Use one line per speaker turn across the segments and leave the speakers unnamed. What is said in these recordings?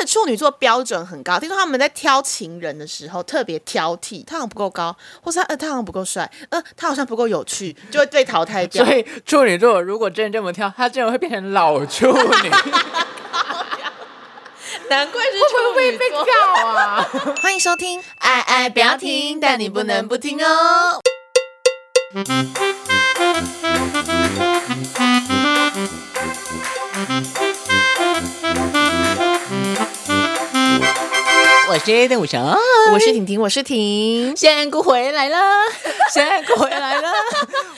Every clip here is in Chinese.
的处女座标准很高，听说他们在挑情人的时候特别挑剔，他好像不够高，或是他呃他好像不够帅，呃他好像不够有趣，就会被淘汰 掉
所。以处女座如果真的这么跳，他真的会变成老处女， 会
难怪是处女座。
告啊？
欢迎收听《爱爱不要听》，但你不能不听哦。
我是邓武成，
我是婷婷，我是婷。
仙姑回来了，仙姑回来了。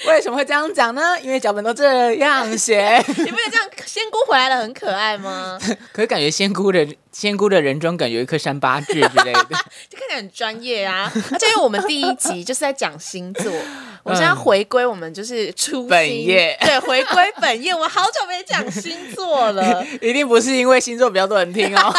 为什么会这样讲呢？因为脚本都这样写。
你不觉得这样仙姑回来了很可爱 吗？
可是感觉仙姑的仙姑的人中感觉有一颗山八痣之类的。
就看起来很专业啊，而且因为我们第一集就是在讲星座，我们现在回归我们就是初 心
本业
对，回归本业。我好久没讲星座 了，
一定不是因为星座比较多人听哦。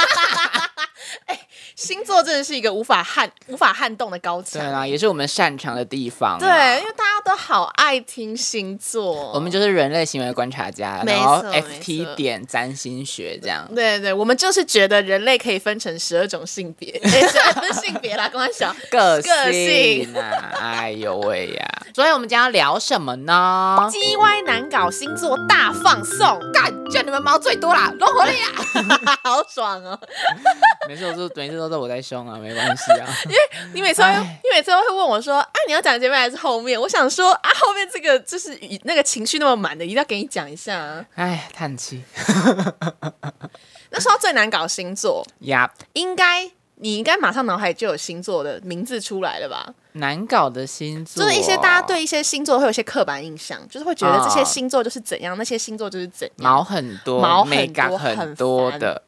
星座真的是一个无法撼无法撼动的高
对
墙。
啦，也是我们擅长的地方。啊
对，，因为大家都好爱听星座，
我们就是人类行为观察家，
没
然后 FT
错没错
点占星学这样。
对对，我们就是觉得人类可以分成十二种性别， 诶十二不是性别啦，刚刚想
个
个
性
性
啊，哎呦喂呀！所以我们今天要聊什么呢？
鸡歪难搞，星座大放送，干就你们毛最多啦，融合力啊，好爽哦！
每次都是每次都是我在凶啊，没关系 啊。
你每次 会
唉，
你每次会问我说，啊，你要讲前面还是后面？我想说啊，后面这个就是语那个情绪那么满的，一定要给你讲一下、啊。
哎，叹气
那说到最难搞星座，
呀，
应该你应该马上脑海就有星座的名字出来了吧？
难搞的星座，
就是一啊些大家对一些星座会有一些刻板印象，就是会觉得这些星座就是怎样，那些星座就是怎样。
毛很多，
毛很多
美感多的。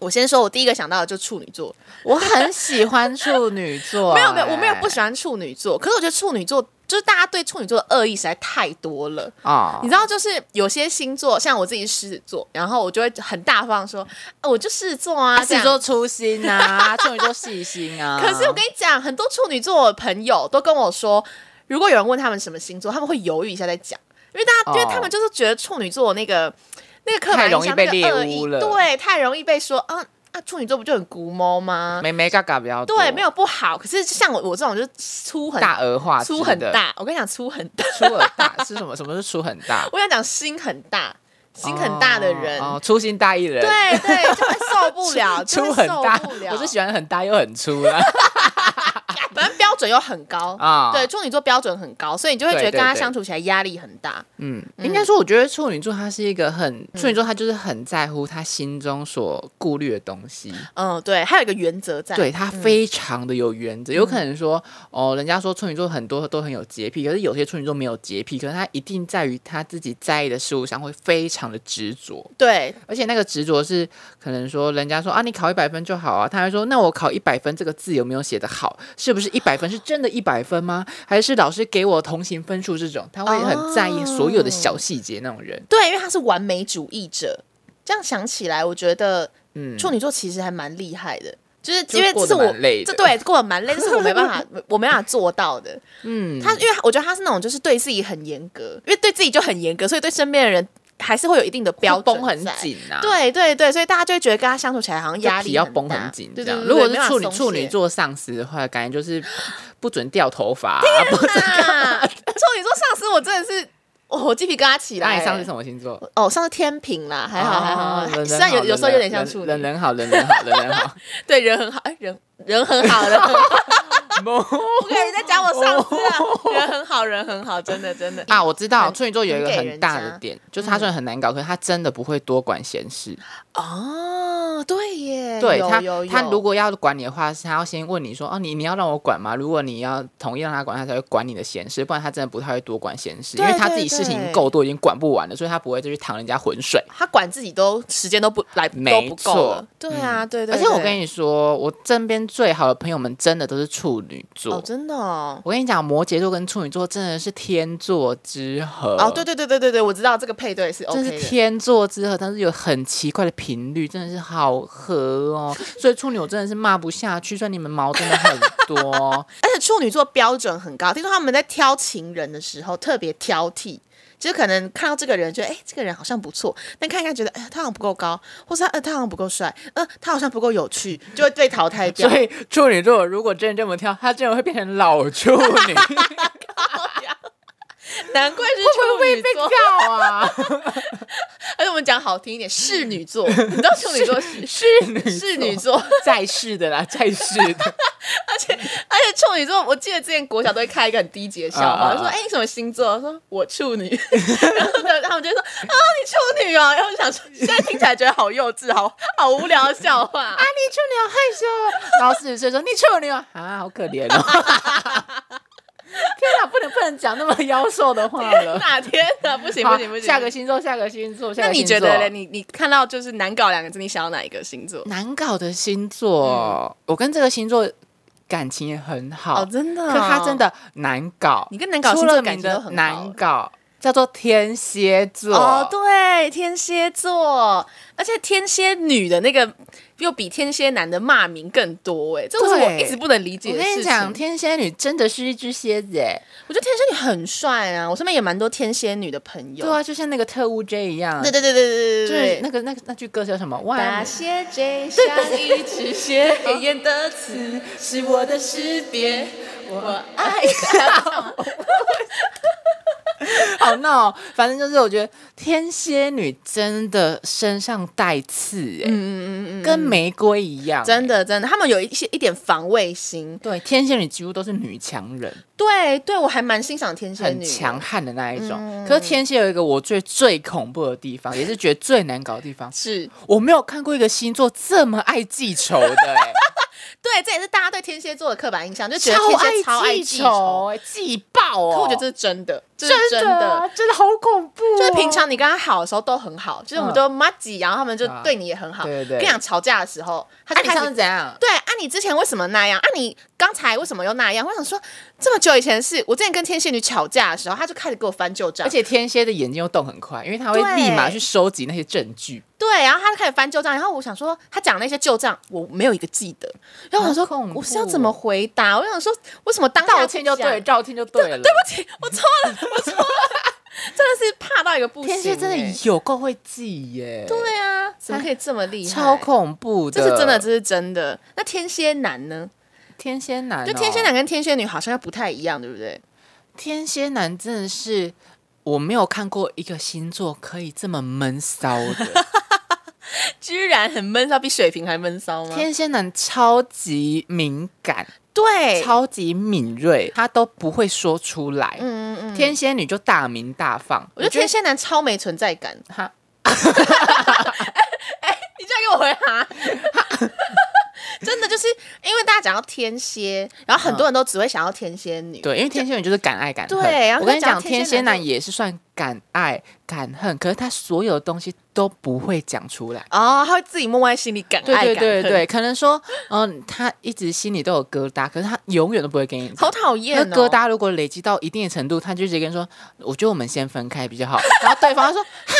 我先说，我第一个想到的就是处女座，
我很喜欢处女座， 哎
没有没有，我没有不喜
欢
欢处女座，可是我觉得处女座就是大家对处女座的恶意实在太多了。
哦
你。知道，就是有些星座，像我自己是狮子座，然后我就会很大方地说，啊、我就狮子座啊，
狮
这
子
样
座。粗心啊，处女座细心啊。
可是我跟你讲，很多处女座的朋友都跟我说，如果有人问他们什么星座，他们会犹豫一下再讲，因为大家，
哦
因为他们就是觉得处女座那个那个刻板
太容
印
易
象、
被
那个
猎
恶
污
意，
了
对，太容易被说啊啊，处女座不就很古猫吗？
美美嘎嘎比较多，
对，没有不好，可是像我我这种就是粗很
大而化之
粗很
的，
大，我跟你讲粗很大，
粗而大是什么？什么是粗很大？
我想讲心很大， 心很大的人，
哦，哦粗心大意的人，
对对，就会受不了，
粗
就会
很
受
大
不，了。
我是喜欢很大又很粗 的
反正标准又很高。
啊。
对，处女座标准很高，所以你就会觉得
对对
跟他
对
相处起来压力很大。
嗯，应该说，我觉得处女座他是一个很、处女座，他就是很在乎他心中所顾虑的东西，
嗯，对，还有一个原则在。
对他非常的有原则。有可能说，哦，人家说处女座很多都很有洁癖，可是有些处女座没有洁癖，可是他一定在于他自己在意的事物上会非常的执着，
对
而且那个执着是可能说，人家说啊，你考一百分就好啊，他还说，那我考一百分这个字有没有写得好？是不是一百分是真的一百分吗？ 还是老师给我同行分数这种？他会很在意所有的小细节那种人。
对，因为他是完美主义者。这样想起来，我觉得
嗯，
处女座其实还蛮厉害的，就是
就
因为这
过
是
得
我
蛮累
这
的
对过得蛮累，这是我没办 法，我没办法做到的。
嗯，
他因为我觉得他是那种就是对自己很严格，因为对自己就很严格，所以对身边的人还是会有一定的标准
绷很
在。
紧啊，，
对对对，所以大家就会觉得跟他相处起来好像压力
要
很
绷
大
很紧
对
这
对
样。
对，
如果
对
是
没
处
办
女
法
处
松
女
懈
座上司的话， 感觉就是不准掉头发、啊，不准。
啊， 处女座上司我真的是，我我鸡皮疙瘩起
那
来
你
欸。
上次什么星座？
哦，上次天平啦，还哎好还好
哦，人
虽
人
然有
好
有时候有
人
点像
人
处
人
女，
人好，人人好，人人好。
对人很好，哎人人很好 的，不可以再讲我上司了，人很好人很好，真 的真的
啊，我知道
很
处女座有一个
很给
很
人
大的
家嗯
点，就是他虽然很难搞，可是他真的不会多管闲事。
哦，对耶，
对
有
他
有，
他
有
如果要管你的话，是他要先问你说，哦，你你要让我管吗？如果你要同意让他管，他才会管你的闲事，不然他真的不太会多管闲事，因为
对
他
对
自己事情
对
够多，已经管不完了，所以他不会再去淌人家浑水。
他管自己都时间都不来都
没
不够了
错，嗯
对啊，对对，
而且我
对
跟你说，我身边最好的朋友们真的都是处女座。
哦，真的哦。
我跟你讲，摩羯座跟处女座真的是天作之合。
哦，对对对对对对，我知道这个配对是 OK
真
的。
是天作之合，但是有很奇怪的频率，真的是好合 哦。所以处女我真的是骂不下去，所以你们毛真的很多。
而且处女座标准很高，听说他们在挑情人的时候特别挑剔，就是可能看到这个人，觉得哎、这个人好像不错，但看一看觉得哎、他好像不够高，或是他呃他好像不够帅，呃他好像不够有趣，就会被淘汰掉。
所以处女座如果真的这么跳，他真的会变成老处 女，
难怪是处女座，
告啊！
而且我们讲好 听一点，侍女座，你知道处女座是
侍女
侍女座，
在世的啦，在世 的，
而且处女座，我记得之前国小都会开一个很低级的笑话，
啊啊啊
就说：“哎、你什么星座？”我说：“我处女。” 然后呢，他们就会说：“啊，你处女哦。”然后我就想说，现在听起来觉得好幼稚，好好无聊的笑 话。
啊，你处女好害羞哦。然后四十岁说你处女哦啊，好可怜哦。 天哪，不能不能讲那么妖兽的话 了。
哪天哪，不行
好
不行不行。
下个星座，下个星座，下
那
个
你
星
觉
座。
得嘞？你你看到就是“难搞”两个字，你想要哪一个星座？
难搞的星座，我跟这个星座感情也很好，
嗯哦，真的、
可他真，的难搞。
你跟难搞
出
星
了
座
名
感情
的
都很好
难搞，叫做天蝎座。
哦，对，天蝎座，而且天蝎女的那个又比天蝎男的骂名更多，哎，这个是我
对
一直不能理解
我
的事情。
跟你讲，天蝎女真的是一只蝎子哎。
我觉得天蝎女很帅啊，我身边也蛮多天蝎女的朋友。
对啊，就像那个特务 J 一样。
对对对
就是
对对对对
那个那个那句歌叫什么？
大
万
蝎 J 像一只蝎，黑眼的刺是我的识别，我 爱他。
好闹、反正就是我觉得天蝎女真的身上带刺、欸，
嗯嗯嗯嗯，
跟玫瑰一样、
真
的。
的真的，他们有一些一点防卫心。
对，天蝎女几乎都是女强人，
对对，我还蛮欣赏天蝎
很
女的，嗯
强悍的那一种。可是天蝎有一个我最最恐怖的地方，也是觉得最难搞的地方，
是
我没有看过一个星座这么爱记仇的、欸，
对，这也是大家对天蝎座的刻板印象，就觉得
超
天蝎超爱
记
记
仇、
仇。
欸，记爆哦！
可我觉得这是真的，这是
真
真
的
的
啊，。真的好恐怖、哦。
就是平常你跟他好的时候都很好，就是我们
嗯
都妈几，然后他们就
啊
对你也很好。
对对对
跟你讲吵架的时候，他
啊，
就
你
开
上
始
次怎样？
对啊，你之前为什么那样？啊，你刚才为什么又那样？我想说，这么久以前的事，我之前跟天蝎女吵架的时候，他就开始给我翻旧账，
而且天蝎的眼睛又动很快，因为他会
对
立马去收集那些证据。
对，然后他就开始翻旧账，然后我想说，他讲那些旧账，我没有一个记得。然后我想
好恐
说，
怖哦
我是要怎么回答？我想说，为什么当下
道歉就
不讲
对，道歉就对了。
对不起，我错了，我错了， 真的是怕到一个不行、
天蝎真
欸
的有够会记耶，
对啊，怎么可以这么厉害？
超恐怖的。
这是真的，这是真的。那天蝎男呢？
天蝎男哦、
就天蝎男跟天蝎女好像又不太一样，对不对？
天蝎男真的是我没有看过一个星座可以这么闷骚的。
居然很闷骚，比水瓶还闷骚 吗？
天蝎男超级敏感，
对，
超级敏锐，他都不会说出来。
嗯嗯嗯，
天蝎女就大鸣大放，
我觉得天蝎男超没存在感。哎
他
你这样给我回答， 真的就是因为大家讲到天蝎，然后很多人都只会想要天蝎女。
对，因为天蝎女就是敢爱敢恨。
对然后
我跟你
讲
讲，
天
天
蝎
蝎
男
男也是算敢爱敢恨，可是他所有东西都不会讲出来。
哦，他会自己默默在心里感
对
爱
对
感
对
恨，
对，可能说，嗯，他一直心里都有疙瘩，可是他永远都不会跟你
好
讲。
讨
那
厌哦。
疙瘩如果累积到一定的程度，他就直接跟你说：“我觉得我们先分开比较好。”然后对方说：“哈，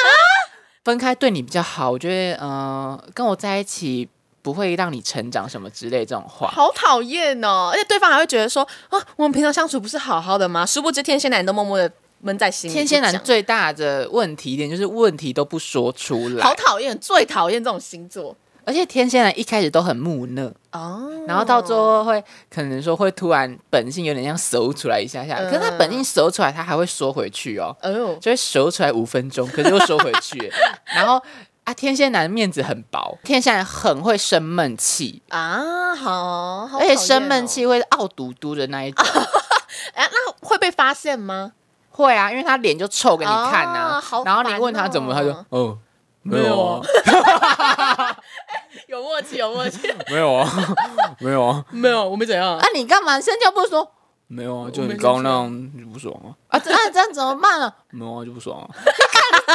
分开对你比较好。”我觉得，嗯、跟我在一起不会让你成长什么之类这种话。
好讨厌哦！而且对方还会觉得说啊，我们平常相处不是好好的吗？殊不知天蝎男都默默的闷在心里。
天蝎
不
男
讲
最大的问题点就是问题都不说出来，
好讨厌，最讨厌这种星座
而且天蝎男一开始都很木讷，
哦。
然后到最后会可能说会突然本性有点像熟出来一下下，
嗯
可是他本性熟出来，他还会缩回去哦，
哎呦，
就会熟出来五分钟，可是又缩回 去，然后。啊，天蝎男面子很薄，天蝎男很会生闷气，
啊，好，好
而且
讨厌
生闷
哦。
气会傲嘟嘟的那一种，
哎、那会被发现吗？
会啊，因为他脸就臭给你看呐、
啊好
然后你
烦
问他怎么，他
哦
说哦，没
没有
有啊
啊，有默契，有默契。
没 有啊， 没有啊，
没有，我没怎样
啊，你干嘛生就不说？
没有啊，
我
就你
没生
刚刚
气
那样就不爽啊，
啊，这啊这样怎么办啊？
没有啊就不爽啊。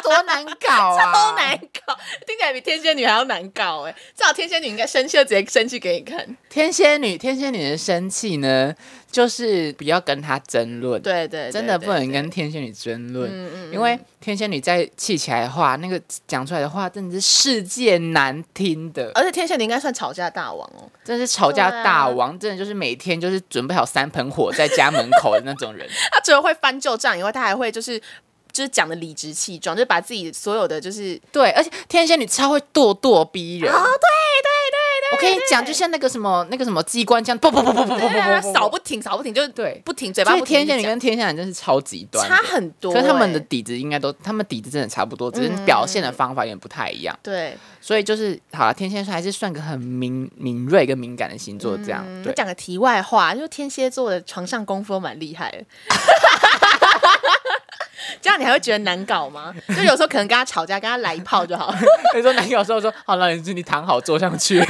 多难搞啊！
超难搞，听起来比天蝎女还要难搞哎、至少天蝎女应该生气了，直接生气给你看。
天蝎女，天蝎女的生气呢，就是不要跟她争论，
对对
真的
对
不能
对
跟天蝎女争论，
嗯嗯嗯
因为天蝎女在气起来的话，那个讲出来的话真的是世界难听的，
而且天蝎女应该算吵架大王哦。
真的是吵架大王，真的就是每天就是准备好三盆火在家门口的那种人，
他除了会翻旧账以外，他还会就是。就是讲的理直气壮，就是把自己所有的就是
对，而且天蝎女超会咄咄逼人啊！对对对对，我跟你讲，就像那个什么那个什么机关枪，不不不不不不不不，
扫不停，扫不停，就是
对
不停，嘴巴
所以
不停
天
地
蝎
讲。
女跟天蝎男真是超极端的，
差很多、
可是他们的
欸
底子应该都，他们底子真的差不多，只是表现的方法有点不太一样。
对，
所以就是好了，天蝎座还是算个很敏敏锐跟敏感的星座，这样、
嗯
对。
讲个题外话，就是天蝎座的床上功夫都蛮厉害的。 这样你还会觉得难搞吗？就有时候可能跟他吵架，跟他来一炮就好。
你说男友说说好了，你你躺好坐上去，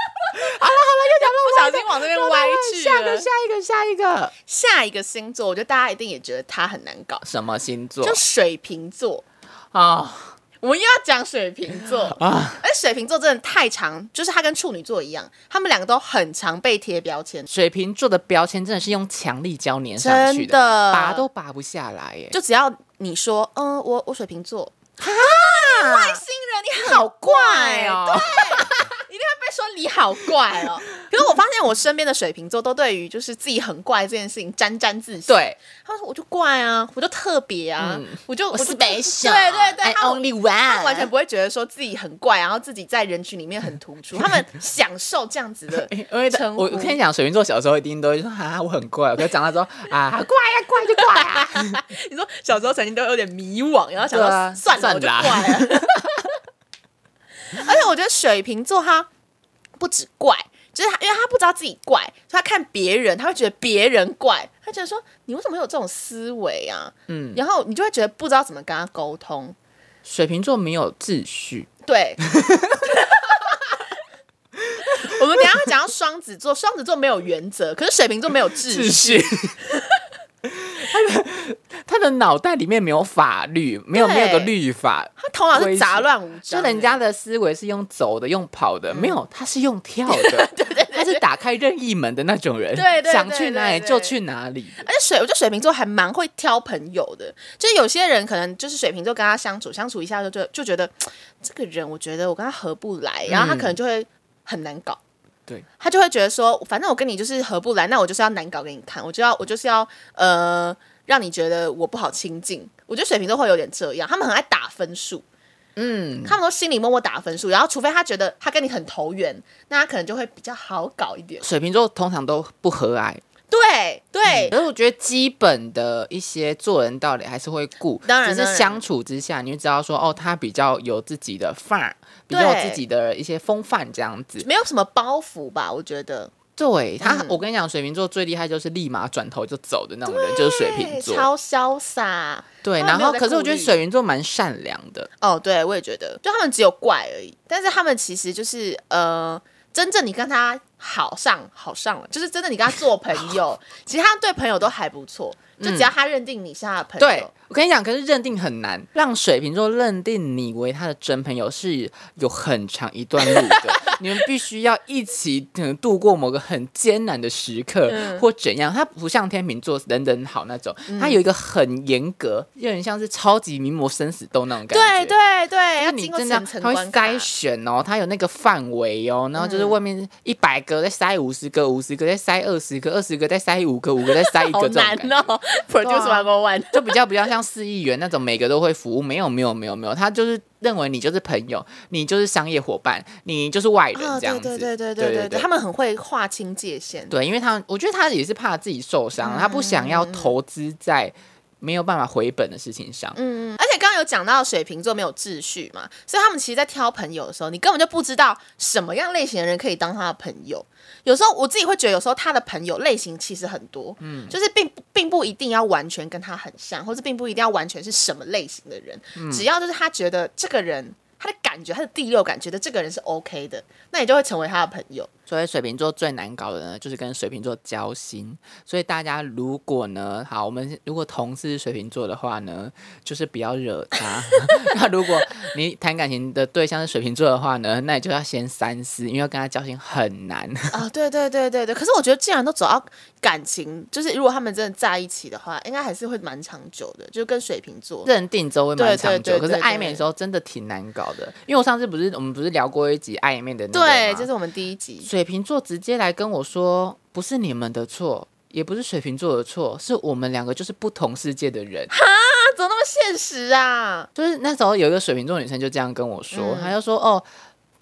不小心往这边歪去
下一
了
个。下一个下一个
下一个星座，我觉得大家一定也觉得他很难搞，
什么星座
就水瓶座。
啊？
我们又要讲水瓶 座啊！而水瓶座真的太长，就是他跟处女座一样，他们两个都很常被贴标签，
水瓶座的标签真的是用强力胶粘上去
真的
拔都拔不下来耶。
就只要你说，嗯，我我水瓶座，
啊
外星人你好怪哦，
哦，
一定会被说你好怪 哦。可是我发现我身边的水瓶座都对于就是自己很怪这件事情沾沾自喜。，
对，
他说我就怪啊，我就特别啊，
嗯
我就我就
special，
对对对，
I
他们
only one，
他完全不会觉得说自己很怪，然后自己在人群里面很突 出，他们享受这样子 的
因为他
称呼
我我跟你讲，水瓶座小时候一定都会说啊我很怪，可是长大之后啊怪呀怪就怪啊。
你说小时候曾经都有点迷惘，然后想
对啊
说算了，我就
算
怪
啦
了。 而且我觉得水瓶座他不止怪，就是他因为他不知道自己怪，所以他看别人，他会觉得别人怪，他觉得说你为什么会有这种思维啊？嗯
嗯，
然后你就会觉得不知道怎么跟他沟通。
水瓶座没有秩序，
对， 我们等一下会讲到双子座，双子座没有原则，可是水瓶座没有秩 序。
序。他的他的脑袋里面没有法律，没有
对
没有个律法，
他头脑是杂乱无章
就
的，
人家的思维是用走的，用跑
嗯
的，没有，他是用跳 的，他是打开任意门的那种人，
对对对
想去哪里
对对
就去哪里。
而且水，我觉得水瓶座还蛮会挑朋友的，就是有些人可能就是水瓶座跟他相处相处一下就就就觉得这个人，我觉得我跟他合不来，然后他可能就会很难搞。
嗯对，
他就会觉得说，反正我跟你就是合不来，那我就是要难搞给你看，我就要我就是要呃，让你觉得我不好亲近。我觉得水瓶座会有点这样，他们很爱打分数，
嗯，
他们都心里默默打分数，然后除非他觉得他跟你很投缘，那他可能就会比较好搞一点。
水瓶座通常都不和蔼，
对对，
可是我觉得基本的一些做人道理还是会顾，
当然
只
当
是
然
相处之下，你就知道说，哦，他比较有自己的范儿，比较有
对
自己的一些风范这样子。
没有什么包袱吧？我觉得。
对他，
嗯
我跟你讲，水瓶座最厉害就是立马转头就走的那种人，就是水瓶座。
超潇洒。
对，
他们
然
没有
后
在
可是我觉得
顾虑
水瓶座蛮善良的，
哦，对，我也觉得，就他们只有怪而已，但是他们其实就是呃，真正你跟他好上好上了，就是真的你跟他做朋 友，其实他对朋友都还不错，
嗯
就只要他认定你是他的朋友，
对，我跟你讲，可是认定很难，让水瓶座认定你为他的真朋友是有很长一段路的， 你们必须要一起可能度过某个很艰难的时刻、
嗯
或怎样。他不像天秤座人人好那种，他有一个很严格，有点像是超级名模生死斗那种感觉。
对对对，
那
要
你
经过
真的
层层
他会
关卡
筛选哦，他有那个范围哦，然后
嗯
就是外面一百个再筛五十个，五十个再筛二十个，二十个再筛五个，五个再筛一个
好
这种感
难
觉。啊
哦，Produce One One One，
就比较比较像市议员那种，每个都会服务。没有没有没有没有，他就是认为你就是朋友，你就是商业伙伴，你就是外人 这样子。
哦对对对对
对
对对，他们很会划清界限，
对，因为他我觉得他也是怕自己受伤，他不想
嗯
要投资在没有办法回本的事情上。
嗯，而且刚刚有讲到水瓶座没有秩序嘛，所以他们其实，在挑朋友的时候，你根本就不知道什么样类型的人可以当他的朋友。有时候我自己会觉得，有时候他的朋友类型其实很多，嗯，就是并不并不一定要完全跟他很像，或者并不一定要完全是什么类型的人，只要就是他觉得这个人。他的感觉，他的第六感觉得这个人是 OK 的，那你就会成为他的朋友。
所以水瓶座最难搞的呢，就是跟水瓶座交心。所以大家如果呢，好，我们如果同事是水瓶座的话呢，就是不要惹他。 那如果你谈感情的对象是水瓶座的话呢，那你就要先三思，因为要跟他交心很难。
啊、对对对对对。可是我觉得，既然都走到感情，就是如果他们真的在一起的话，应该还是会蛮长久的，就跟水瓶座。
认定周会蛮长久，
对对对
可是
对对
暧昧的时候真的挺难搞的。因为我上次不是我们不是聊过一集暧昧的那个
对，
吗
这是我们第一集。
水瓶座直接来跟我说，不是你们的错，也不是水瓶座的错，是我们两个就是不同世界的人。
啊，怎么那么现实啊？
就是那时候有一个水瓶座女生就这样跟我
嗯
说，她就说哦。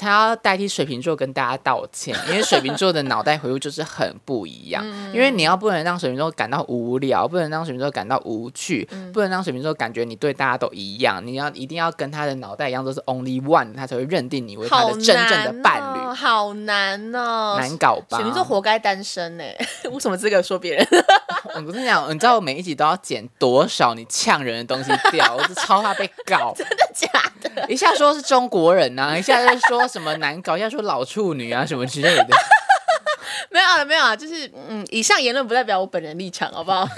她要代替水瓶座跟大家道歉，因为水瓶座的脑袋回路就是很不一样。
嗯
因为你要不能让水瓶座感到无聊，不能让水瓶座感到无趣，
嗯
不能让水瓶座感觉你对大家都一样。你要一定要跟他的脑袋一样，都是 only one，他才会认定你为他
好
的
难
真正的伴侣。
哦好难哦。
难搞吧？
水瓶座活该单身 呢、我什么资格说别人？
我跟你讲，你知道我每一集都要剪多少你呛人的东西掉，我就超怕被 告。
真的假 的？
一下说是中国人呐、一下又说什么难搞，一下说老处女啊什么之类的。
没有了，没有啊，就是嗯，以上言论不代表我本人立场，好 不好？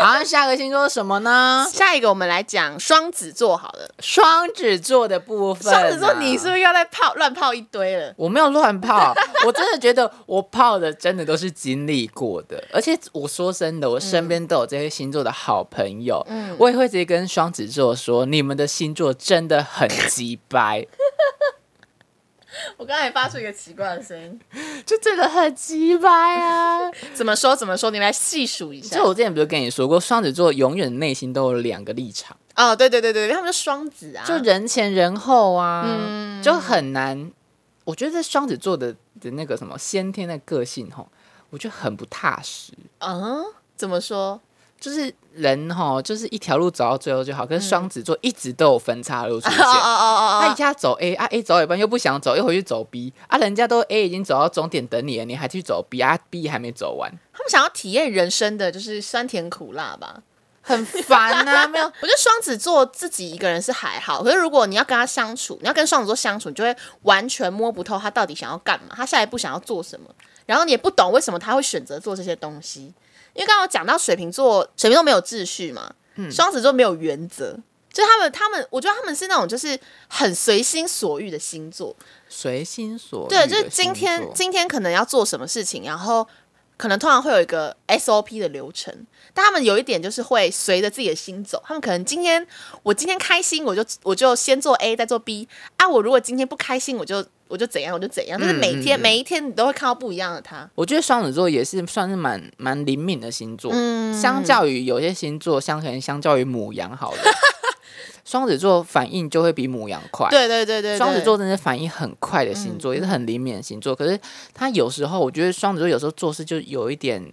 然后下个星座是什么呢？
下一个我们来讲双子座好了。
双子座的部分、啊
双子座，你是不？是又在泡乱泡一堆了？
我没有乱泡，我真的觉得我泡的真的都是经历过的，而且我说真的，我身边都有这些星座的好朋友，我也会直接跟双子座说，你们的星座真的很鸡掰，
我刚才发出一个奇怪的声音，
就真的很鸡掰啊！
怎么说？怎么说？你们来细数一 下
就。我之前不是跟你说过，双子座永远内心都有两个立场，
哦，对对对对，对他们是双子啊，
就人前人后啊，
嗯
就很难。我觉得双子座的的那个什么先天的个性吼，我觉得很不踏实。
嗯，怎么说？
就是人哈，就是一条路走到最后就好。可是双子座一直都有分叉路出现，
嗯 哦
他一下走 A 啊 A 走到一半又不想走，又回去走 B 啊，人家都 A 已经走到终点等你了，你还去走 B 啊 B 还没走完，
他们想要体验人生的就是酸甜苦辣吧。
很烦啊！没有，
我觉得双子座自己一个人是还好，可是如果你要跟他相处，你要跟双子座相处，你就会完全摸不透他到底想要干嘛，他下一步想要做什么，然后你也不懂为什么他会选择做这些东西。因为刚刚我讲到水瓶座，水瓶座没有秩序嘛，
嗯
双子座没有原则，就是他们他们，我觉得他们是那种就是很随心所欲的星座，
随心所欲
对，
的
就是今天
星座
今天可能要做什么事情，然后可能通常会有一个 SOP 的流程，但他们有一点就是会随着自己的心走。他们可能今天我今天开心，我就我就先做 A，再做 B 啊。我如果今天不开心，我就我就怎样，我就怎样。就是
嗯
每天、每一天你都会看到不一样的他。
我觉得双子座也是算是蛮蛮灵敏的星座，
嗯
相较于有些星座，相可能相较于母羊好了，双子座反应就会比母羊快。
对对对对，对
哎
嗯
双子座真的是反应很快的星座，也是很灵敏的星座。可是他有时候，我觉得双子座有时候做事就有一点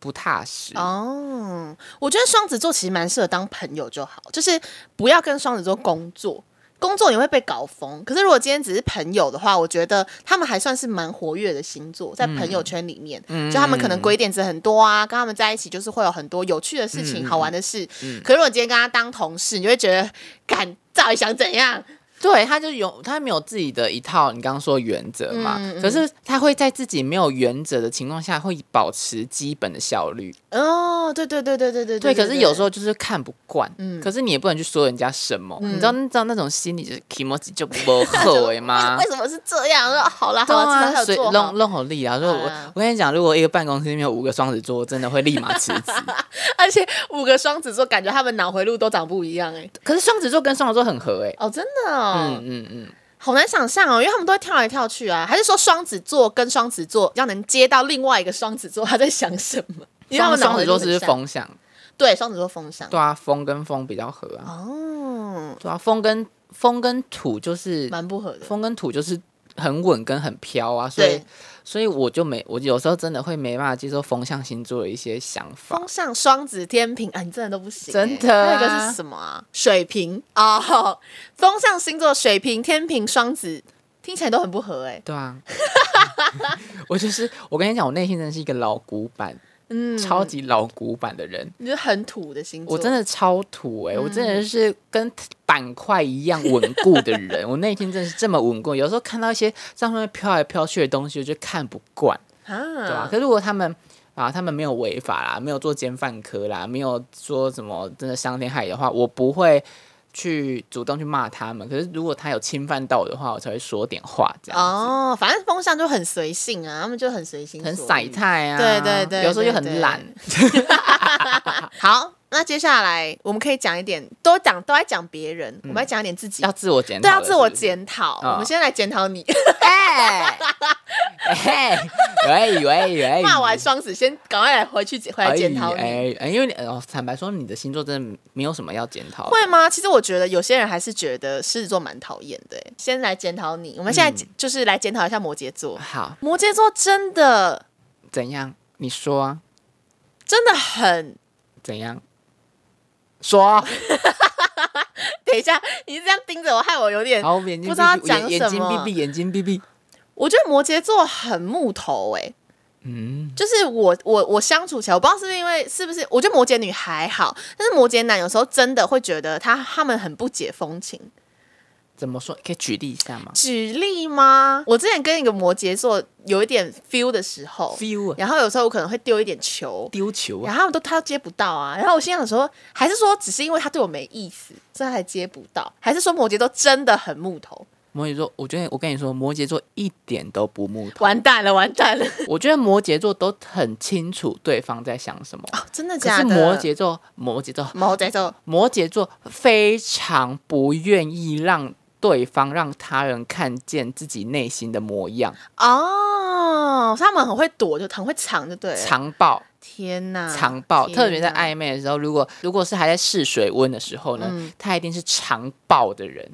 不踏实。
哦，我觉得双子座其实蛮适合当朋友就好，就是不要跟双子座工作。工作你会被搞疯，可是如果今天只是朋友的话，我觉得他们还算是蛮活跃的星座，在
嗯
朋友圈里面，就他们可能鬼点子很多啊，跟他们在一起就是会有很多有趣的事
嗯
情、好玩的事。可是我今天跟他当同事，你就会觉得，敢到底想怎样？
对，他就有他没有自己的一套，你刚刚说原则嘛。
嗯
可是他会在自己没有原则的情况下，会保持基本的效率。
哦，对对对对对对嗯
对，可是有时
候
候就是看不惯，可是你也不能去说人家什么，
嗯
你知道，你知道那种心理就是 i m o j i 就不后悔吗
为？什么是这样？说好啦好啦，至少他
啊，
有
所以
做好
弄弄好力啊！如果我
啊
我跟你讲，如果一个办公室里面有五个双子座，我真的会立马辞职。
而且五个双子座感觉他们脑回路都长不一样哎、
可是双子座跟双子座很合哎、
哦，真的哦，
嗯嗯嗯，
好难想象哦，因为他们都会跳来跳去啊。还是说双子座跟双子座要能接到另外一个双子座他在想什么？ 因为他
双
们脑
双
回
子
路
座是
很
不是
像，
风向，
对，双子座风向。
对啊，风跟风比较合啊，
哦，
对啊，风跟风跟土就是
蛮不合的。
风跟土就是很稳跟很飘啊，所以
对
所以我就没我有时候真的会没办法接受风象星座的一些想法
风。向双子天平啊，你真的都不行欸、
真的啊
还有一个是什么啊？水瓶哦，风象星座水瓶、天平、双子，听起来都很不合哎、
对 啊，我就是我跟你讲，我内心真的是一个老古板，
嗯，
超级老古板的人。
你就很土的星座，
我真的超土
嗯
哎、我真的是跟板块一样稳固的人，我内心真的是这么稳固。有时候看到一些上面飘来飘去的东西，我就看不惯，
啊，
对吧、可是如果他们啊，他们没有违法啦，没有做奸犯科啦，没有说什么真的伤天害理的话，我不会去主动去骂他们。可是如果他有侵犯到我的话，我才会说点话这样子。
哦，反正风向就很随性啊，他们就很随心，
很晒。太啊，
对对对
有时候又
对
很
对
懒，
好，那接下来我们可以讲一点，都讲都在讲别人，我们来讲一点自己
嗯要。自我检讨 了是啊
对，要
不是。
自我检讨。
哦
我们先来检讨你，
哎，哎喂喂喂，
骂完双子，先赶快来回去回来检讨你。
哎哎，因为你哦，坦白说，你的星座真的没有什么要检讨的。
会吗？其实我觉得有些人还是觉得狮子座蛮讨厌的欸。先来检讨你，我们现
嗯
在就是来检讨一下摩羯座。
好，
摩羯座真的
怎样？你说啊，
真的很……
怎样？说啊，
等一下，你这样盯着我，害我有点……
好，眼睛
不知道
闭闭
讲
眼眼
什
睛
么
闭闭，眼睛闭闭。
我觉得摩羯座很木头哎、
嗯，
就是我我我相处起来，我不知道是不是因为是不是，我觉得摩羯女还好，但是摩羯男有时候真的会觉得他他们很不解风情。
怎么说？可以举例一下吗
举例吗？我之前跟一个摩羯座有一点 feel 的时候，
？feel 啊
然后有时候我可能会丢一点球，
丢球
然
啊，
后他们都他都接不到啊。然后我心想说，还是说只是因为他对我没意思，所以他才接不到？还是说摩羯座真的很木头？
摩羯座，我觉得我跟你说，摩羯座一点都不木头。
完 蛋了，完蛋了！
我觉得摩羯座都很清楚对方在想什么，
哦、真的
可
假
是
的？
摩羯座，摩羯座
摩羯座
摩羯座非常不愿意让对方、让他人看见自己内心的模样，
哦，他们很会躲，就很会藏，就对了。
藏爆、
天哪，
藏爆，
天哪
特别在暧昧的时候，如果如果是还在试水温的时候呢，
嗯
他一定是藏爆的人，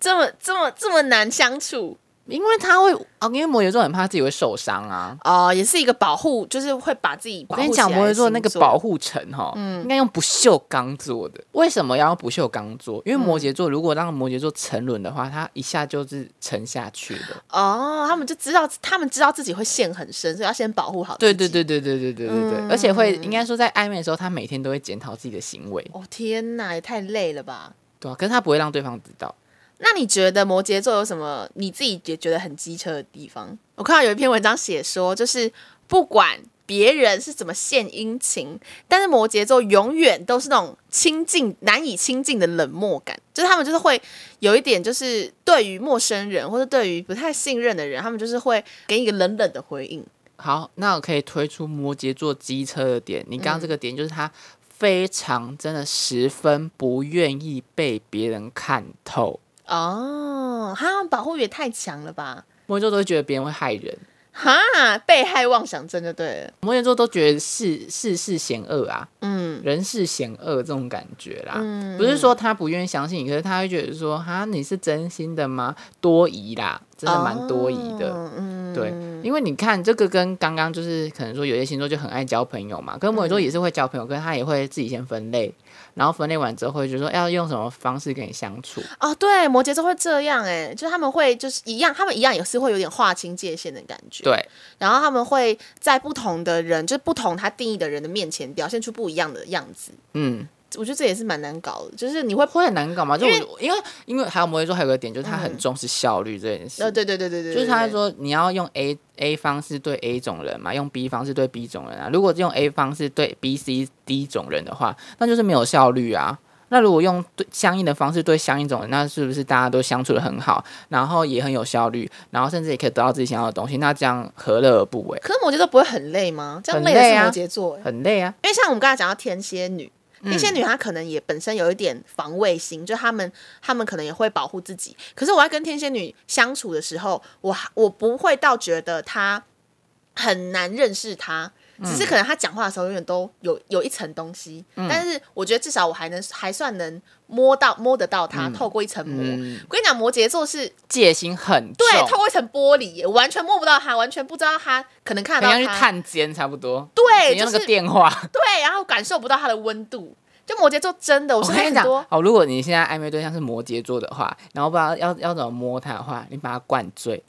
这么这么这么难相处
因为他会啊，因为摩羯座很怕自己会受伤啊。
哦，也是一个保护，就是会把自己
我
保护
跟你
起来
讲，
的
摩羯座那嗯个
星座
保护层哈，
嗯
应该用不锈钢做的。为什么要用不锈钢做？因为摩羯座如果让摩羯座沉沦的话，他一下就是沉下去的。
哦，他们就知道他们知道自己会陷很深，所以要先保护好自
对
己。
对。对对对对对对对，
嗯
而且会应该说在暧昧的时候，他每天都会检讨自己的行为，
哦天哪，也太累了吧！
对啊，可是他不会让对方知道。
那你觉得摩羯座有什么你自己也觉得很机车的地方？我看到有一篇文章写说，就是不管别人是怎么献殷勤，但是摩羯座永远都是那种亲近难以亲近的冷漠感，就是他们就是会有一点，就是对于陌生人或者对于不太信任的人，他们就是会给你一个冷冷的回应。
好，那我可以推出摩羯座机车的点，你刚刚这个点就是他非常真的十分不愿意被别人看透，
哦，他们保护欲也太强了吧！
摩羯座都会觉得别人会害人，
哈，被害妄想症就对了。
摩羯座都觉得世世事险恶啊，
嗯，
人世险恶这种感觉啦。
嗯
不是说他不愿意相信你，可是他会觉得说，哈，你是真心的吗？多疑啦，真的蛮多疑的。
哦嗯，
对，因为你看这个跟刚刚就是可能说有些星座就很爱交朋友嘛，跟摩羯座也是会交
嗯
朋友，跟他也会自己先分类，然后分类完之后会觉得说哎要用什么方式跟你相处。
哦，对，摩羯座会这样哎、就是他们会就是一样，他们一样也是会有点划清界限的感觉。，
对，
然后他们会在不同的人，就是不同他定义的人的面前表现出不一样的样子。
嗯，
我觉得这也是蛮难搞的，就是你会，
会很难搞嘛？就
因为嗯
我因为因为还有摩羯座还有个点就是他很重视效率这件事。
呃，对对对对对对，
就是他
对，
说你要用 A A 方式对 A 种人嘛，用 B 方式对 B 种人啊。如果用 A 方式对 B、C、D 种人的话，那就是没有效率啊。那如果用对相应的方式对相应种人，那是不是大家都相处的很好，然后也很有效率，然后甚至也可以得到自己想要的东西？那这样何乐而不为？
可是摩羯座不会很累吗？这样
很
累的
累
是
啊
摩羯座、欸，
很累啊，
因为像我们刚才讲到天蝎女，
嗯
天蝎女她可能也本身有一点防卫心，就她们她们可能也会保护自己。可是我在跟天蝎女相处的时候，我我不会到觉得她很难认识她。
嗯
只是可能她讲话的时候永远都有有一层东西，
嗯
但是我觉得至少我还能还算能摸到摸得到她，透过一层膜。
嗯
我跟你讲，摩羯座是
戒心很重，
对透过一层玻璃，我完全摸不到她，完全不知道她，可能看
很
得到
像去
她，
探监差不多。
对，
你用
就
那
是
个电话。
对，然后感受不到它的温度。就摩羯座真的，我
我
身
跟
边
你讲
很多，
好，如果你现在暧昧对象是摩羯座的话，然后不知道要要怎么摸他的话，你把他灌醉，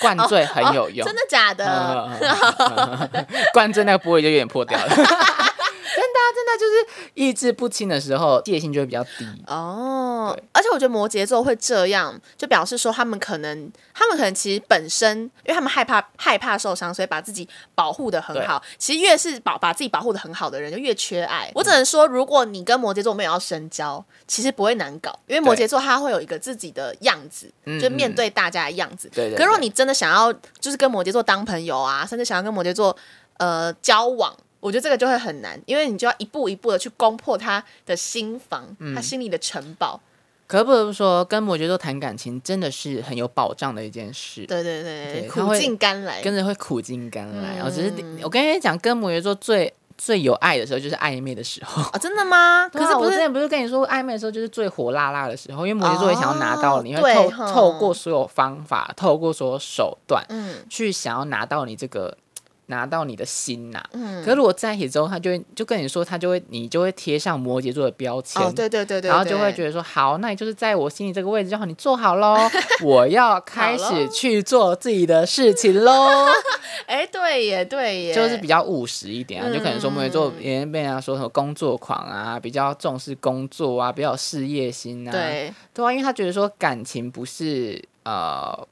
灌醉很有用，
真的假的？
嗯，嗯嗯嗯灌醉那个玻璃就有点破掉了。真的啊、真的就是意志不清的时候，戒心就会比较低。
哦
对，
而且我觉得摩羯座会这样，就表示说他们可能，他们可能其实本身，因为他们害怕害怕受伤，所以把自己保护的很好。其实越是保把自己保护的很好的人，就越缺
嗯
爱。我只能说，如果你跟摩羯座没有要深交，其实不会难搞，因为摩羯座他会有一个自己的样子，
嗯
就面对大家的样子。
对对对
可如果你真的想要，就是跟摩羯座当朋友啊，甚至想要跟摩羯座呃交往，我觉得这个就会
嗯
很难，因为你就要一步一步的去攻破他的心房，他心里的城堡。
可不得不说，跟摩羯座谈感情真的是很有保障的一件事。
对对对，
对他
苦
会
尽甘来，
跟着会苦尽甘来。我、只
嗯
是我跟你讲，跟摩羯座最最有爱的时候就是暧昧的时候。
啊，真的吗？可
对
是
啊
不
我之
是
前不是跟你说暧昧的时候就是最火辣辣的时候，因为摩羯座也想要拿到你，
哦
因为透
对哈
透过所有方法，透过所有手段，
嗯
去想要拿到你这个拿到你的心呐、
嗯
可是如果在一起之后，他就会就跟你说，他就会你就会贴上摩羯座的标签，
哦，对对对对，
然后就会觉
得
得说，好，那你就是在我心里这个位置就好，你坐好 喽，我要开
好咯
始去做自己的事情喽，
哎，对耶对耶，
就是比较务实一点啊，
嗯
就可能说摩羯座别人被人家说什么工作狂啊，比较重视工作啊，比较有事业心啊，，
对，
对啊，因为他觉得说感情不是呃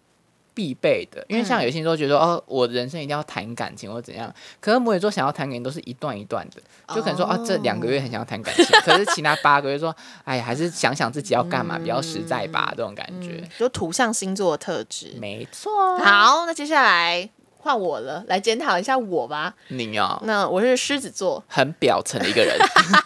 必备的，因为
嗯
像有些人都觉得、哦，我人生一定要谈感情或怎样，可是摩羯座想要谈感情都是一段一段的，就可能说、啊这两个月很想要谈感
哦
情，可是其他八个月说哎呀还是想想自己要干嘛、比较实在吧这种感觉，
嗯有土象星座的特质。
没错，
哦好，那接下来换我了，来检讨一下我吧。
你哦
那我是狮子座，
很表层的一个人，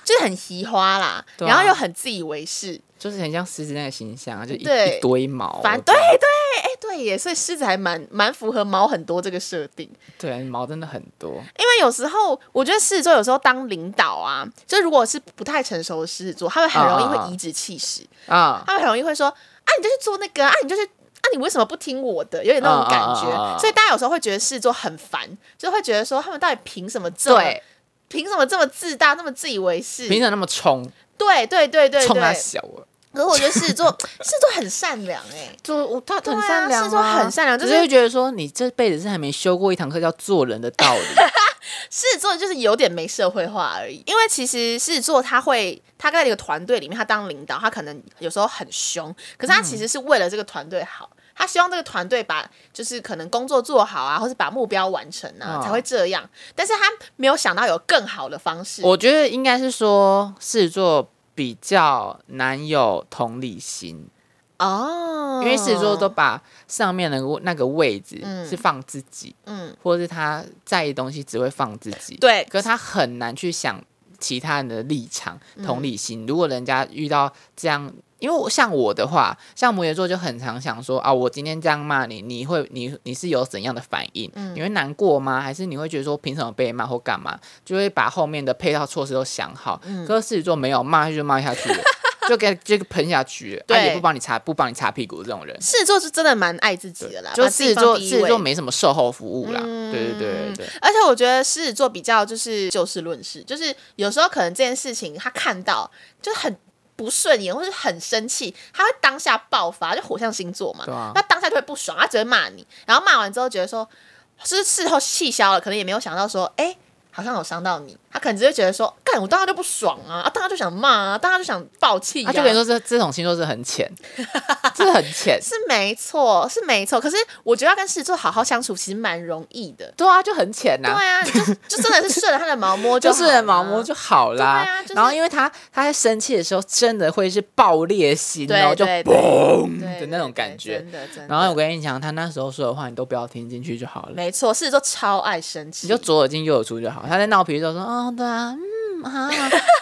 就是很奇花啦，
啊对啊
然后又很自以为是，
就是很像狮子那个形象啊，就一
对
一堆毛，
反对对，哎对耶，所以狮子还蛮蛮符合毛很多这个设定。
对毛真的很多，
因为有时候我觉得狮子座有时候当领导啊，就如果是不太成熟的狮子座，他们很容易
啊啊啊
会颐指气使，
啊。
他们很容易会说啊，你就去做那个啊，啊你就去啊，你为什么不听我的？有点那种感觉，
啊啊啊啊啊
所以大家有时候会觉得狮子座很烦，就会觉得说他们到底凭什么这么
对，
凭什么这么自大，这么自以为是？
凭什么那么冲？
对对对对
冲他
对。
小啊！
可是我觉得狮子座， 狮子座很善良哎、
做他
对
很
啊
善良、
是说很善良就
只
是
会觉得说你这辈子是还没修过一堂课叫做人的道理。
狮子座就是有点没社会化而已，因为其实狮子座他会，他在一个团队里面，他当领导，他可能有时候很凶，可是他其实是为了这个团队好，他希望这个团队把就是可能工作做好啊，或是把目标完成啊，
哦
才会这样。但是他没有想到有更好的方式。
我觉得应该是说狮子座比较难有同理心，
哦
因为狮子座都把上面的那个位置
嗯
是放自己，
嗯
或者是他在意的东西只会放自己。，
对，
可是他很难去想其他人的立场、同理心。
嗯
如果人家遇到这样，因为我像我的话，像摩羯座就很常想说啊，我今天这样骂你，你会你你是有怎样的反应？
嗯
你会难过吗？还是你会觉得说凭什么被骂或干嘛？就会把后面的配套措施都想好。
嗯
可是狮子座没有骂下去就骂下 去了就给这个喷下去了，他、啊
对
也不帮你擦，不帮你擦屁股这种人，
狮子座是真的蛮爱自己的啦，
就
把自
狮子
己
座，
放第一
狮子
位
座没什么售后服务啦。
嗯
对对对对对，
而且我觉得狮子座比较就是就事论事，就是有时候可能这件事情他看到就很不顺眼，或是很生气，他会当下爆发，就火象星座嘛，
对啊
他当下就会不爽，他只会骂你，然后骂完之后觉得说，哎是事后气消了，可能也没有想到说，哎、好像有伤到你，他可能只会觉得说，嗯干我当下就不爽啊，啊当下就想骂啊，当下就想爆气、啊，
他就跟你说这这种星座是很 浅，这很浅。
是没错，是没错。可是我觉得要跟狮子座好好相处，其实蛮容易的。
对啊，就很浅呐、
对啊，你就就真的是顺着他的毛摸
就
好
是
了啊
毛摸就好啦。
对啊就是
然后，因为他他在生气的时候，真的会是爆裂心哦，就
对 嘣
的那种感觉
真的真的。
然后我跟你讲，他那时候说的话，你都不要听进去就好了，
没错，狮子座超爱生气，
你就左耳进右耳出就好。他在闹脾气的时候说，哦，对啊，嗯啊，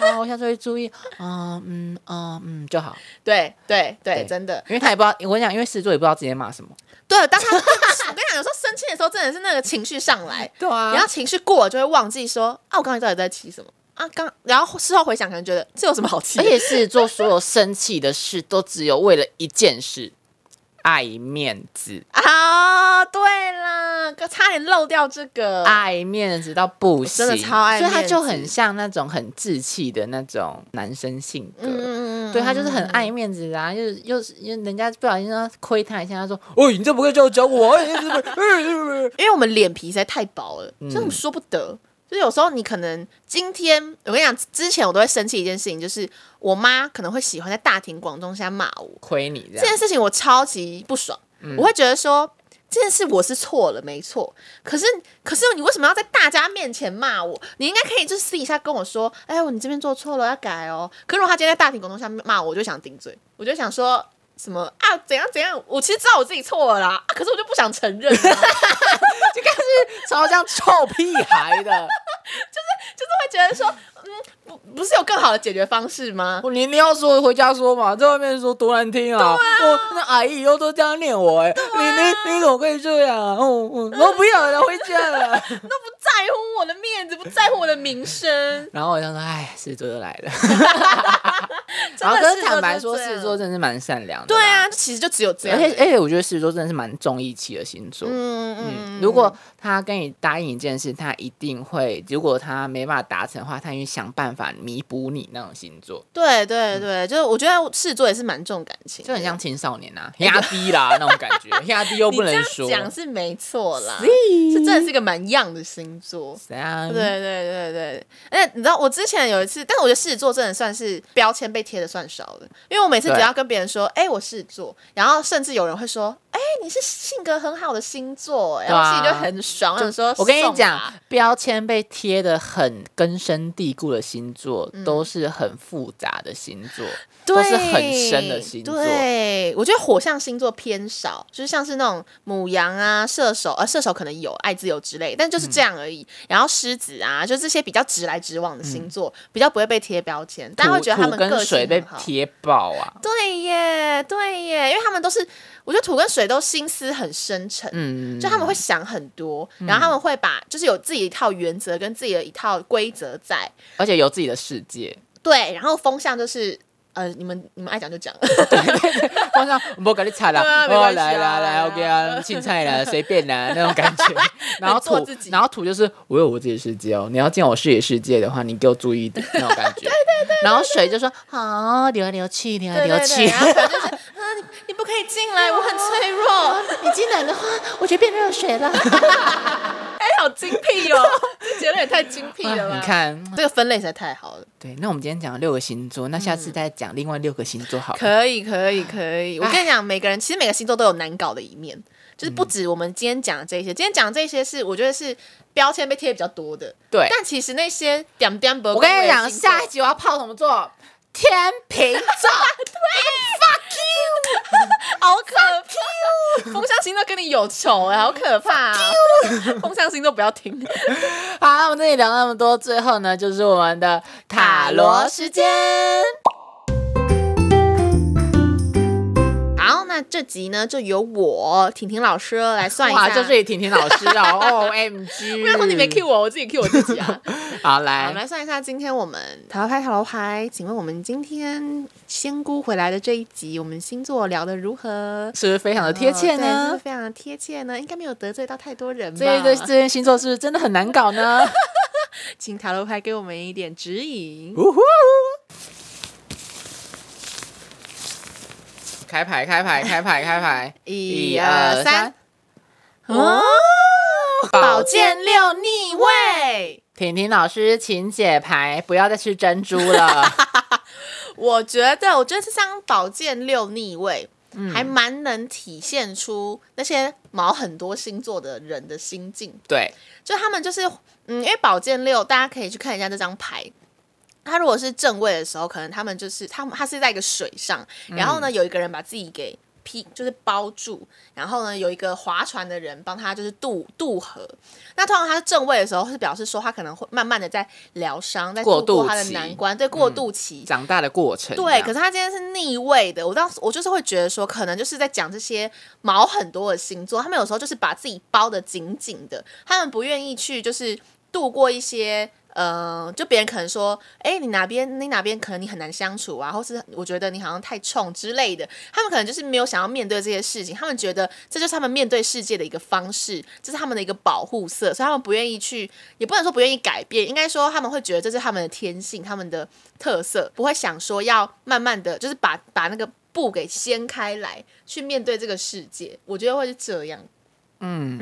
好，我下次会注意，啊，嗯，啊，嗯，就好。
对对对，
对
真的
因为他也不知道，我跟你讲，因为狮子座也不知道自己在骂什么。
对。当他我跟你讲，有时候生气的时候，真的是那个情绪上来，
对啊
然后情绪过了就会忘记说啊，我刚才到底在气什么啊？刚然后事后回想，可能觉得这有什么好气
而
的？
且狮子座所有生气的事，都只有为了一件事，爱面子。
啊，对啦，差点漏掉这个。
爱面子到不行，
我真的超爱面
所以
子
他就很像那种很志气的那种男生性格。
嗯
对他就是很爱面子啊，又又是因为人家不小心要亏他一下，他说：“哦，你这不会叫教我？”哎哎哎哎哎
因为我们脸皮实在太薄了，
嗯
这种说不得。就是有时候你可能今天，我跟你讲，之前我都会生气一件事情，就是我妈可能会喜欢在大庭广众下骂我，
亏你这
这件
样，
事情我超级不爽，我会觉得说这件事我是错了，没错。可是可是你为什么要在大家面前骂我？你应该可以就是私底下跟我说，哎呦，你这边做错了，要改哦。可是如果他今天在大庭广众下骂我，我就想顶嘴，我就想说。什么啊？怎样怎样？我其实知道我自己错了啦，啊可是我就不想承认啊、
超像臭屁孩的。
就会觉得说，嗯，不不是有更好的解决方 式吗？
我哦你你要说回家说嘛，在外面说多难听啊！我那阿姨以后都这样念我哎、
啊
你你你怎么可以这样啊？我我我不要了，回家 了。，
都不在乎我的面子，不在乎我的名声
然后我想说，哎，狮子座又来了。
真
然后
的
跟
是
坦白说，狮
狮
子座真的是蛮善良的。
对，啊，其实就只有这
而
样。
且哎而且我觉得狮子座真的是蛮重义气的星座。
嗯
嗯，
嗯，
如果他跟你答应一件事，他一定会；如果他没办法达成的话，他愿意想办法弥补你那种星座，
对对对，就是我觉得狮子座也是蛮重感情的，
嗯就很像青少年啊，压低啦那种感觉，压低又
你
不
这
能
样
说。
讲是没错啦，
是
是真的是一个蛮样的星座。
怎样？
对对对对，而且你知道我之前有一次，但是我觉得狮子座真的算是标签被贴的算少的，因为我每次只
对
要跟别人说，哎、我狮子座，然后甚至有人会说，哎、你是性格很好的星座，然
对
后
啊
心里就很爽，我想说，
我跟你
送啊
讲
吧，，
标签被贴的很根深蒂固的星座，都
嗯
是很复杂的星 座，都是很深的星座。
对，我觉得火象星座偏少，就是像是那种母羊啊、射手，呃，射手可能有爱自由之类，但就是这样而已。然后狮子啊，就这些比较直来直往的星座，比较不会被贴标签，大家会
土
觉得他
土
们个
跟
性
水被
很好。
贴爆啊！
对耶，对耶，因为他们都是，我觉得土跟水都心思很深沉，
嗯，
就他们会想很多，然后他们会把就是有自己一套原则跟自己的一套规则在，
而且有自己的世界。
对，然后风向就是。呃，你们你们爱讲 就讲，
我想，我跟你踩啦，
对 啊没
哦
关系啊
来啦
来
来
啊
，OK 啊，青菜啦，随便啦那种感 觉。然后
做
土
自己，
然后土就是我有我自己的世界哦，你要进我自己的世界的话，你给我注意一点那种 感觉。对对对。然后水就说好，流来流去，流来
对
流
对对，
去。
然后反正就是啊，你你不可以进 来，我很脆弱。
你进来的话，我就变热水了。
哎，好精辟哦，这结论也太精辟了 吧？
你，看，
这个分类实在太好了。
对，那我们今天讲了六个星座，那下次再讲另外六个星座好了。
可以，可以，可以。我跟你讲，每个人其实每个星座都有难搞的一面，就是
嗯
不止我们今天讲的这些。今天讲的这些是我觉得是标签被贴比较多的，
对，
但其实那些点点不，
我跟你讲，下一集我要泡什么座？天秤座。
好可
哦
怕， 风象星座跟你有仇哎，好可怕啊！风象星座不要听。
好，那我们这里聊那么多，最后呢，就是我们的塔罗时间。
好，那这集呢，就由我婷婷老师来算一
哇，
下。
就是也婷婷老师 哦，O M G！
不然说你没 cue 我，我自己 cue 我自己啊。
好
好，我们
来，
来算一下今天我们塔罗牌塔罗牌，请问我们今天仙姑回来的这一集，我们星座聊得如何？
是不是非常的贴切
哦对是不
呢
是？非常的贴切呢，应该没有得罪到太多人吧？
这个这件星座是不是真的很难搞呢？
请塔罗牌给我们一点指引。
呜呼！ 开牌，开牌，开牌，开 牌！
一二三，哦，
宝
宝
剑
剑
六逆位。
喂，
婷婷老师，请解牌，不要再吃珍珠了。
我觉得，我觉得这张宝剑六逆位。
嗯
还蛮能体现出那些毛很多星座的人的心境，
对，
就他们就是，嗯，因为宝剑六，大家可以去看一下这张牌。他如果是正位的时候，可能他们就是他们他是在一个水上，
嗯
然后呢有一个人把自己给披就是包住，然后呢有一个划船的人帮他就是渡渡河。那通常他正位的时候是表示说他可能会慢慢的在疗伤，在
过
度过
渡
他的
期
难关，对过渡期。
长大的过程。
对，可是他今天是逆位的，我当时我就是会觉得说，可能就是在讲这些毛很多的星座，他们有时候就是把自己包的紧紧的，他们不愿意去就是度过一些。呃，就别人可能说，哎、你哪边你哪边可能你很难相处啊，或是我觉得你好像太冲之类的，他们可能就是没有想要面对这些事情，他们觉得这就是他们面对世界的一个方式，这是他们的一个保护色，所以他们不愿意去，也不能说不愿意改变，应该说他们会觉得这是他们的天性，他们的特色，不会想说要慢慢的就是把把那个布给掀开来，去面对这个世界。我觉得会是这样，
嗯，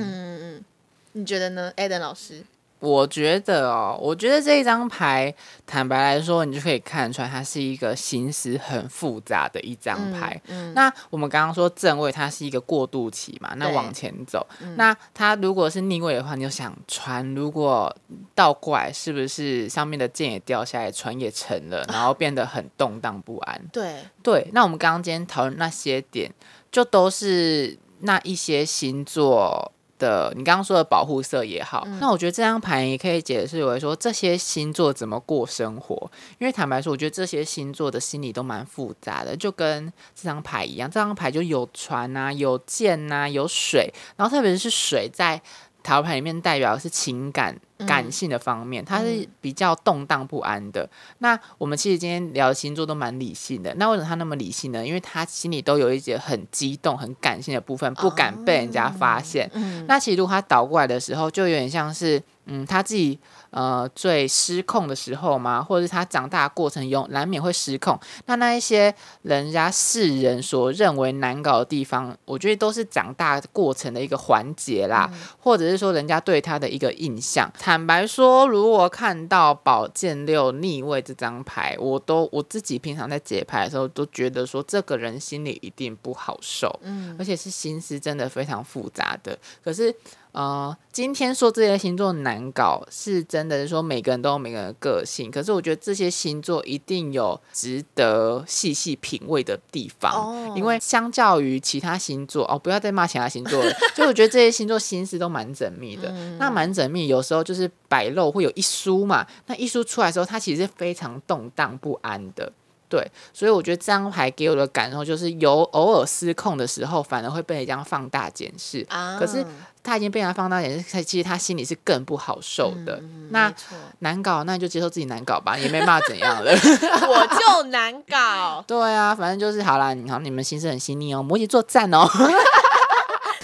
你觉得呢，Adam 老师？
我觉得哦，我觉得这一张牌，坦白来说，你就可以看出来，它是一个心思很复杂的一张牌。那我们刚刚说正位，它是一个过渡期嘛，那
对
往前走。那它如果是逆位的话，你就想船如果倒过来，是不是上面的箭也掉下来，船也沉了，然后变得很动荡不安？
对，
对，那我们刚刚今天讨论那些点，就都是那一些星座的，你刚刚说的保护色也好，那我觉得这张盘也可以解释为说这些星座怎么过生活。因为坦白说，我觉得这些星座的心理都蛮复杂的，就跟这张牌一样，这张牌就有船啊，有剑啊，有水，然后特别是水在塔罗牌里面代表的是情感。感性的方面，它是比较动荡不安的。那我们其实今天聊的星座都蛮理性的，那为什么他那么理性呢？因为他心里都有一些很激动、很感性的部分，不敢被人家发现。那其实如果他倒过来的时候，就有点像是，嗯，他自己呃最失控的时候嘛，或者是他长大的过程中难免会失控。那那一些人家世人所认为难搞的地方，我觉得都是长大过程的一个环节啦，或者是说人家对他的一个印象。坦白说，如果看到宝剑六逆位这张牌，我都我自己平常在解牌的时候都觉得说，这个人心里一定不好受，嗯，而且是心思真的非常复杂的。可是呃，今天说这些星座难搞，是真的是说每个人都有每个人的个性，可是我觉得这些星座一定有值得细细品味的地方，
哦
因为相较于其他星座哦，不要再骂其他星座了，就我觉得这些星座心思都蛮缜密的，那蛮缜密，有时候就是摆漏会有一疏嘛，那一疏出来的时候，它其实是非常动荡不安的。对，所以我觉得这张牌给我的感受就是，有偶尔失控的时候，反而会被人家放大检视。
啊
可是他已经被人家放大检视，他其实他心里是更不好受的。那
没错
难搞，那你就接受自己难搞吧，也没骂怎 样了。
我就难搞。
对啊，反正就是好啦，你好，你们心思很细腻哦，摩羯座赞哦。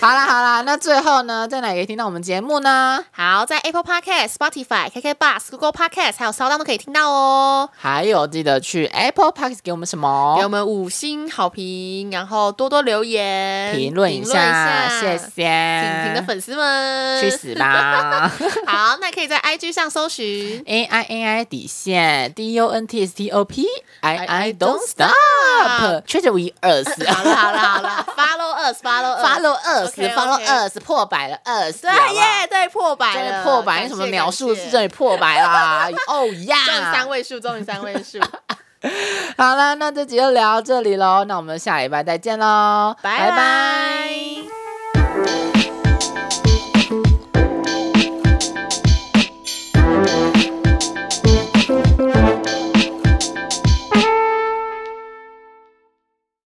好啦好啦，那最后呢，在哪里可以听到我们节目呢？
好，在 Apple Podcast、Spotify、KK Bus、Google Podcast 还有骚浪都可以听到哦。
还有记得去 Apple Park 给我们什么
给我们五星好评，然后多多留言
评论一下，谢谢。
婷婷的粉丝们，
去死 吧
好，那可以在 IG 上搜寻。
！A I A I 底线，D U N T S T O P I I don't stop，吹着 we 二十
好了好了好了，Follow us，Follow
，follow 二十
us。OK，OK
，follow 二十，破百了二十，
对
好不好
耶，对破百
真
了，
的破百，
感谢
什么描述
感谢
是这里破百 啦？哦呀，
终于三位数，终于 三位数，
好了，那这集就聊到这里喽，那我们下礼拜再见喽，
拜拜。